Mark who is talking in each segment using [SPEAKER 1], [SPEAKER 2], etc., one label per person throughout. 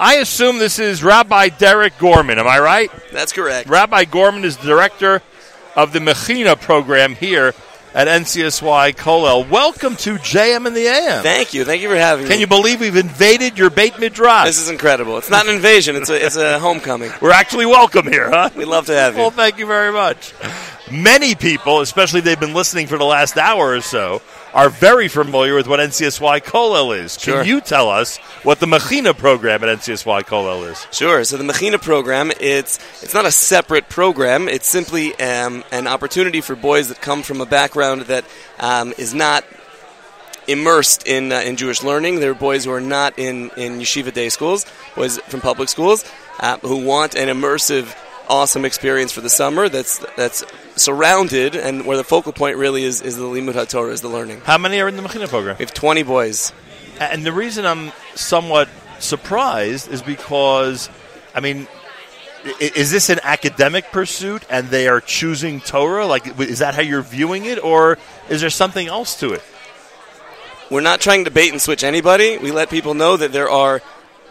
[SPEAKER 1] I assume this is Rabbi Derek Gorman. Am I right?
[SPEAKER 2] That's correct.
[SPEAKER 1] Rabbi Gorman is the director of the Mechina program here at NCSY Colel. Welcome to JM and the AM.
[SPEAKER 2] Thank you. Thank you for having me.
[SPEAKER 1] Can you believe we've invaded your Beit Midrash?
[SPEAKER 2] This is incredible. It's not an invasion. It's a, it's a homecoming.
[SPEAKER 1] We're actually welcome here, huh?
[SPEAKER 2] We'd love to have you.
[SPEAKER 1] Well, thank you very much. Many people, especially they've been listening for the last hour or so, are very familiar with what NCSY Colel is. Can
[SPEAKER 2] Sure.
[SPEAKER 1] you tell us what the Machina program at NCSY Colel is?
[SPEAKER 2] Sure. So the Machina program, it's it's not a separate program. It's simply um, an opportunity for boys that come from a background that um, is not immersed in uh, in Jewish learning. There are boys who are not in in yeshiva day schools, boys from public schools, uh, who want an immersive, awesome experience for the summer. That's that's surrounded and where the focal point really is is the limud hatorah, is the learning.
[SPEAKER 1] How many are in the Machina program?
[SPEAKER 2] We have 20 boys.
[SPEAKER 1] And the reason I'm somewhat surprised is because, I mean, i- is this an academic pursuit and they are choosing Torah? Like, w- is that how you're viewing it, or is there something else to it?
[SPEAKER 2] We're not trying to bait and switch anybody. We let people know that there are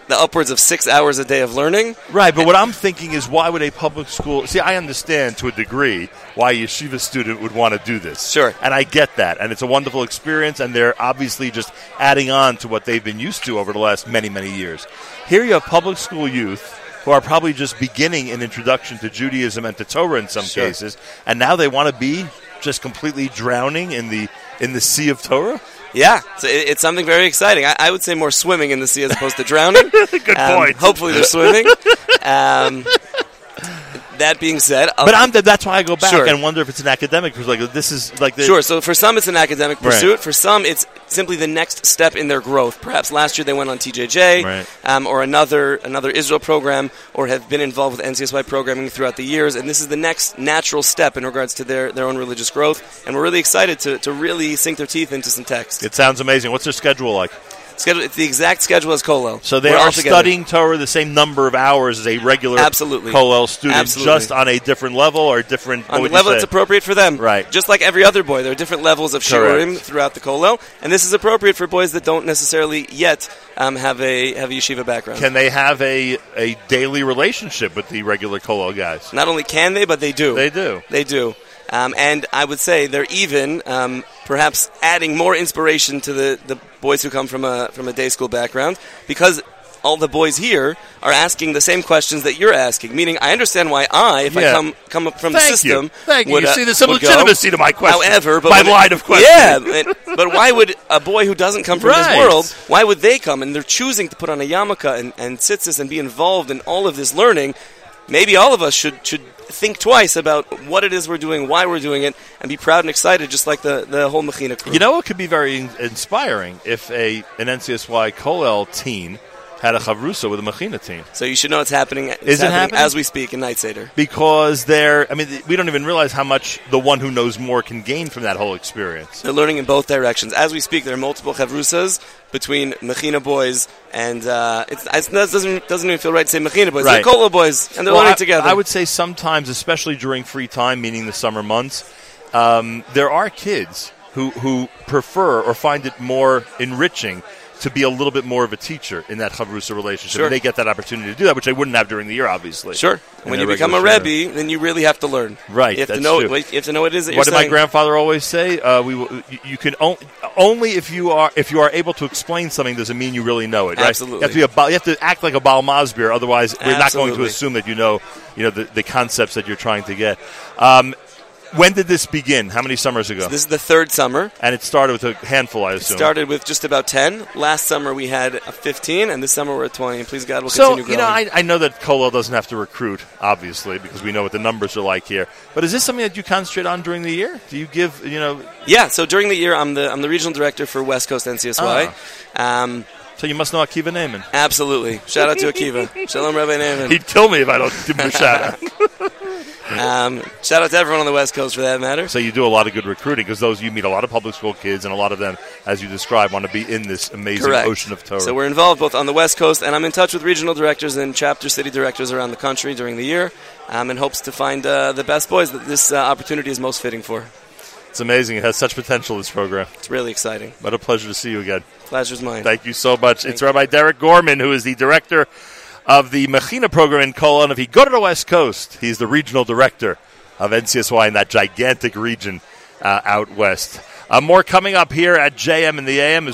[SPEAKER 2] the upwards of six hours a day of learning.
[SPEAKER 1] Right, but what I'm thinking is why would a public school. See, I understand to a degree why a yeshiva student would want to do this.
[SPEAKER 2] Sure.
[SPEAKER 1] And I get that. And it's a wonderful experience, and they're obviously just adding on to what they've been used to over the last many, many years. Here you have public school youth who are probably just beginning an introduction to Judaism and to Torah in some
[SPEAKER 2] Sure.
[SPEAKER 1] cases, and now they want to be just completely drowning in the in the sea of Torah?
[SPEAKER 2] Yeah, so it, it's something very exciting. I, I would say more swimming in the sea as opposed to drowning. Good
[SPEAKER 1] point.
[SPEAKER 2] Hopefully they're swimming. um, that being said, I'll-
[SPEAKER 1] But I'm, that's why I go back
[SPEAKER 2] Sure.
[SPEAKER 1] and wonder if it's an academic. Because like this is like the,
[SPEAKER 2] Sure. So for some, it's an academic
[SPEAKER 1] Right.
[SPEAKER 2] pursuit. For some, it's simply the next step in their growth. Perhaps last year they went on TJJ
[SPEAKER 1] Right.
[SPEAKER 2] um, or another another Israel program, or have been involved with NCSY programming throughout the years, and this is the next natural step in regards to their, their own religious growth. And we're really excited to, to really sink their teeth into some text.
[SPEAKER 1] It sounds amazing. What's their schedule like?
[SPEAKER 2] Schedule, it's the exact schedule as Colo.
[SPEAKER 1] So they
[SPEAKER 2] We're
[SPEAKER 1] are
[SPEAKER 2] all together.
[SPEAKER 1] studying Torah the same number of hours as a regular
[SPEAKER 2] Absolutely.
[SPEAKER 1] Kollel student,
[SPEAKER 2] Absolutely.
[SPEAKER 1] just on a different level or a different what
[SPEAKER 2] on the
[SPEAKER 1] would you
[SPEAKER 2] level
[SPEAKER 1] say?
[SPEAKER 2] that's appropriate for them.
[SPEAKER 1] Right.
[SPEAKER 2] Just like every other boy, there are different levels of
[SPEAKER 1] Correct.
[SPEAKER 2] shiurim throughout the kollel, and this is appropriate for boys that don't necessarily yet um, have a have a yeshiva background.
[SPEAKER 1] Can they have a, a daily relationship with the regular Kollel guys?
[SPEAKER 2] Not only can they, but they do.
[SPEAKER 1] They do.
[SPEAKER 2] They do. Um, and I would say they're even um, perhaps adding more inspiration to the, the boys who come from a, from a day school background because all the boys here are asking the same questions that you're asking. Meaning, I understand why I, if
[SPEAKER 1] Yeah.
[SPEAKER 2] I come, come up from the
[SPEAKER 1] Thank
[SPEAKER 2] system,
[SPEAKER 1] you. Thank you.
[SPEAKER 2] would,
[SPEAKER 1] you
[SPEAKER 2] uh,
[SPEAKER 1] see, there's some
[SPEAKER 2] would go.
[SPEAKER 1] legitimacy to my question.
[SPEAKER 2] However, but
[SPEAKER 1] my
[SPEAKER 2] when-
[SPEAKER 1] line of question.
[SPEAKER 2] Yeah, but, but why would a boy who doesn't come from
[SPEAKER 1] Right.
[SPEAKER 2] this world? Why would they come? And they're choosing to put on a yarmulke and, and tzitzis and be involved in all of this learning. Maybe all of us should should think twice about what it is we're doing, why we're doing it, and be proud and excited, just like the the whole Machina crew.
[SPEAKER 1] You know what could be very in- inspiring if a an NCSY Kollel team had a chavrusa with a Machina team.
[SPEAKER 2] so you should know it's happening. It's
[SPEAKER 1] Is it happening?
[SPEAKER 2] as we speak in Night Seder?
[SPEAKER 1] Because they're, I mean, th- we don't even realize how much the one who knows more can gain from that whole experience.
[SPEAKER 2] They're learning in both directions. As we speak, there are multiple chavrusas between Machina boys and uh, it's, it's, it doesn't doesn't even feel right to say Machina boys.
[SPEAKER 1] Right.
[SPEAKER 2] They're Kola boys, and they're
[SPEAKER 1] Well,
[SPEAKER 2] learning
[SPEAKER 1] I,
[SPEAKER 2] together.
[SPEAKER 1] I would say sometimes, especially during free time, meaning the summer months, um, there are kids who, who prefer or find it more enriching to be a little bit more of a teacher in that chavrusa relationship.
[SPEAKER 2] Sure.
[SPEAKER 1] And they get that opportunity to do that, which they wouldn't have during the year, obviously.
[SPEAKER 2] Sure.
[SPEAKER 1] In
[SPEAKER 2] when
[SPEAKER 1] their
[SPEAKER 2] you become a
[SPEAKER 1] regular shiur.
[SPEAKER 2] rebbe, then you really have to learn.
[SPEAKER 1] Right,
[SPEAKER 2] You have
[SPEAKER 1] that's
[SPEAKER 2] to know.
[SPEAKER 1] true.
[SPEAKER 2] What, you have to know what it is that
[SPEAKER 1] What did
[SPEAKER 2] you're
[SPEAKER 1] my
[SPEAKER 2] saying.
[SPEAKER 1] grandfather always say? Uh, we will, you- you can on, only if you are if you are able to explain something doesn't mean you really know it. Right?
[SPEAKER 2] Absolutely.
[SPEAKER 1] you have to, be a, Baal- you have to act like a Baal Masbir, otherwise we're not going to
[SPEAKER 2] Absolutely.
[SPEAKER 1] assume that you know you know the, the concepts that you're trying to get. Um, when did this begin? How many summers ago?
[SPEAKER 2] this is the third summer.
[SPEAKER 1] and it started with a handful, I assume.
[SPEAKER 2] Started with just about ten. Last summer we had a fifteen, and this summer we're at twenty. And please God, we'll
[SPEAKER 1] so
[SPEAKER 2] continue growing.
[SPEAKER 1] you know, I, I know that Colwell doesn't have to recruit, obviously, because we know what the numbers are like here. But is this something that you concentrate on during the year? Do you give you know?
[SPEAKER 2] yeah. So during the year, I'm the I'm the regional director for West Coast NCSY.
[SPEAKER 1] Ah.
[SPEAKER 2] Um,
[SPEAKER 1] So you must know Akiva Naiman.
[SPEAKER 2] absolutely. Shout out to Akiva. Shalom, Rabbi Naaman.
[SPEAKER 1] He'd kill me if I don't give him a shout out.
[SPEAKER 2] Um, shout out to everyone on the West Coast for that matter.
[SPEAKER 1] So you do a lot of good recruiting because those you meet a lot of public school kids, and a lot of them, as you describe, want to be in this amazing
[SPEAKER 2] Correct.
[SPEAKER 1] ocean of Torah.
[SPEAKER 2] So we're involved both on the West Coast, and I'm in touch with regional directors and chapter city directors around the country during the year, um, in hopes to find uh, the best boys that this uh, opportunity is most fitting for.
[SPEAKER 1] it's amazing; it has such potential. This program.
[SPEAKER 2] It's really exciting.
[SPEAKER 1] What a pleasure to see you again.
[SPEAKER 2] Pleasure's mine.
[SPEAKER 1] Thank you so much. it's Rabbi Derek Gorman, who is the director of the Machina program in Colon. If you go to the West Coast, he's the regional director of NCSY in that gigantic region uh, out west. Uh, more coming up here at JM in the AM.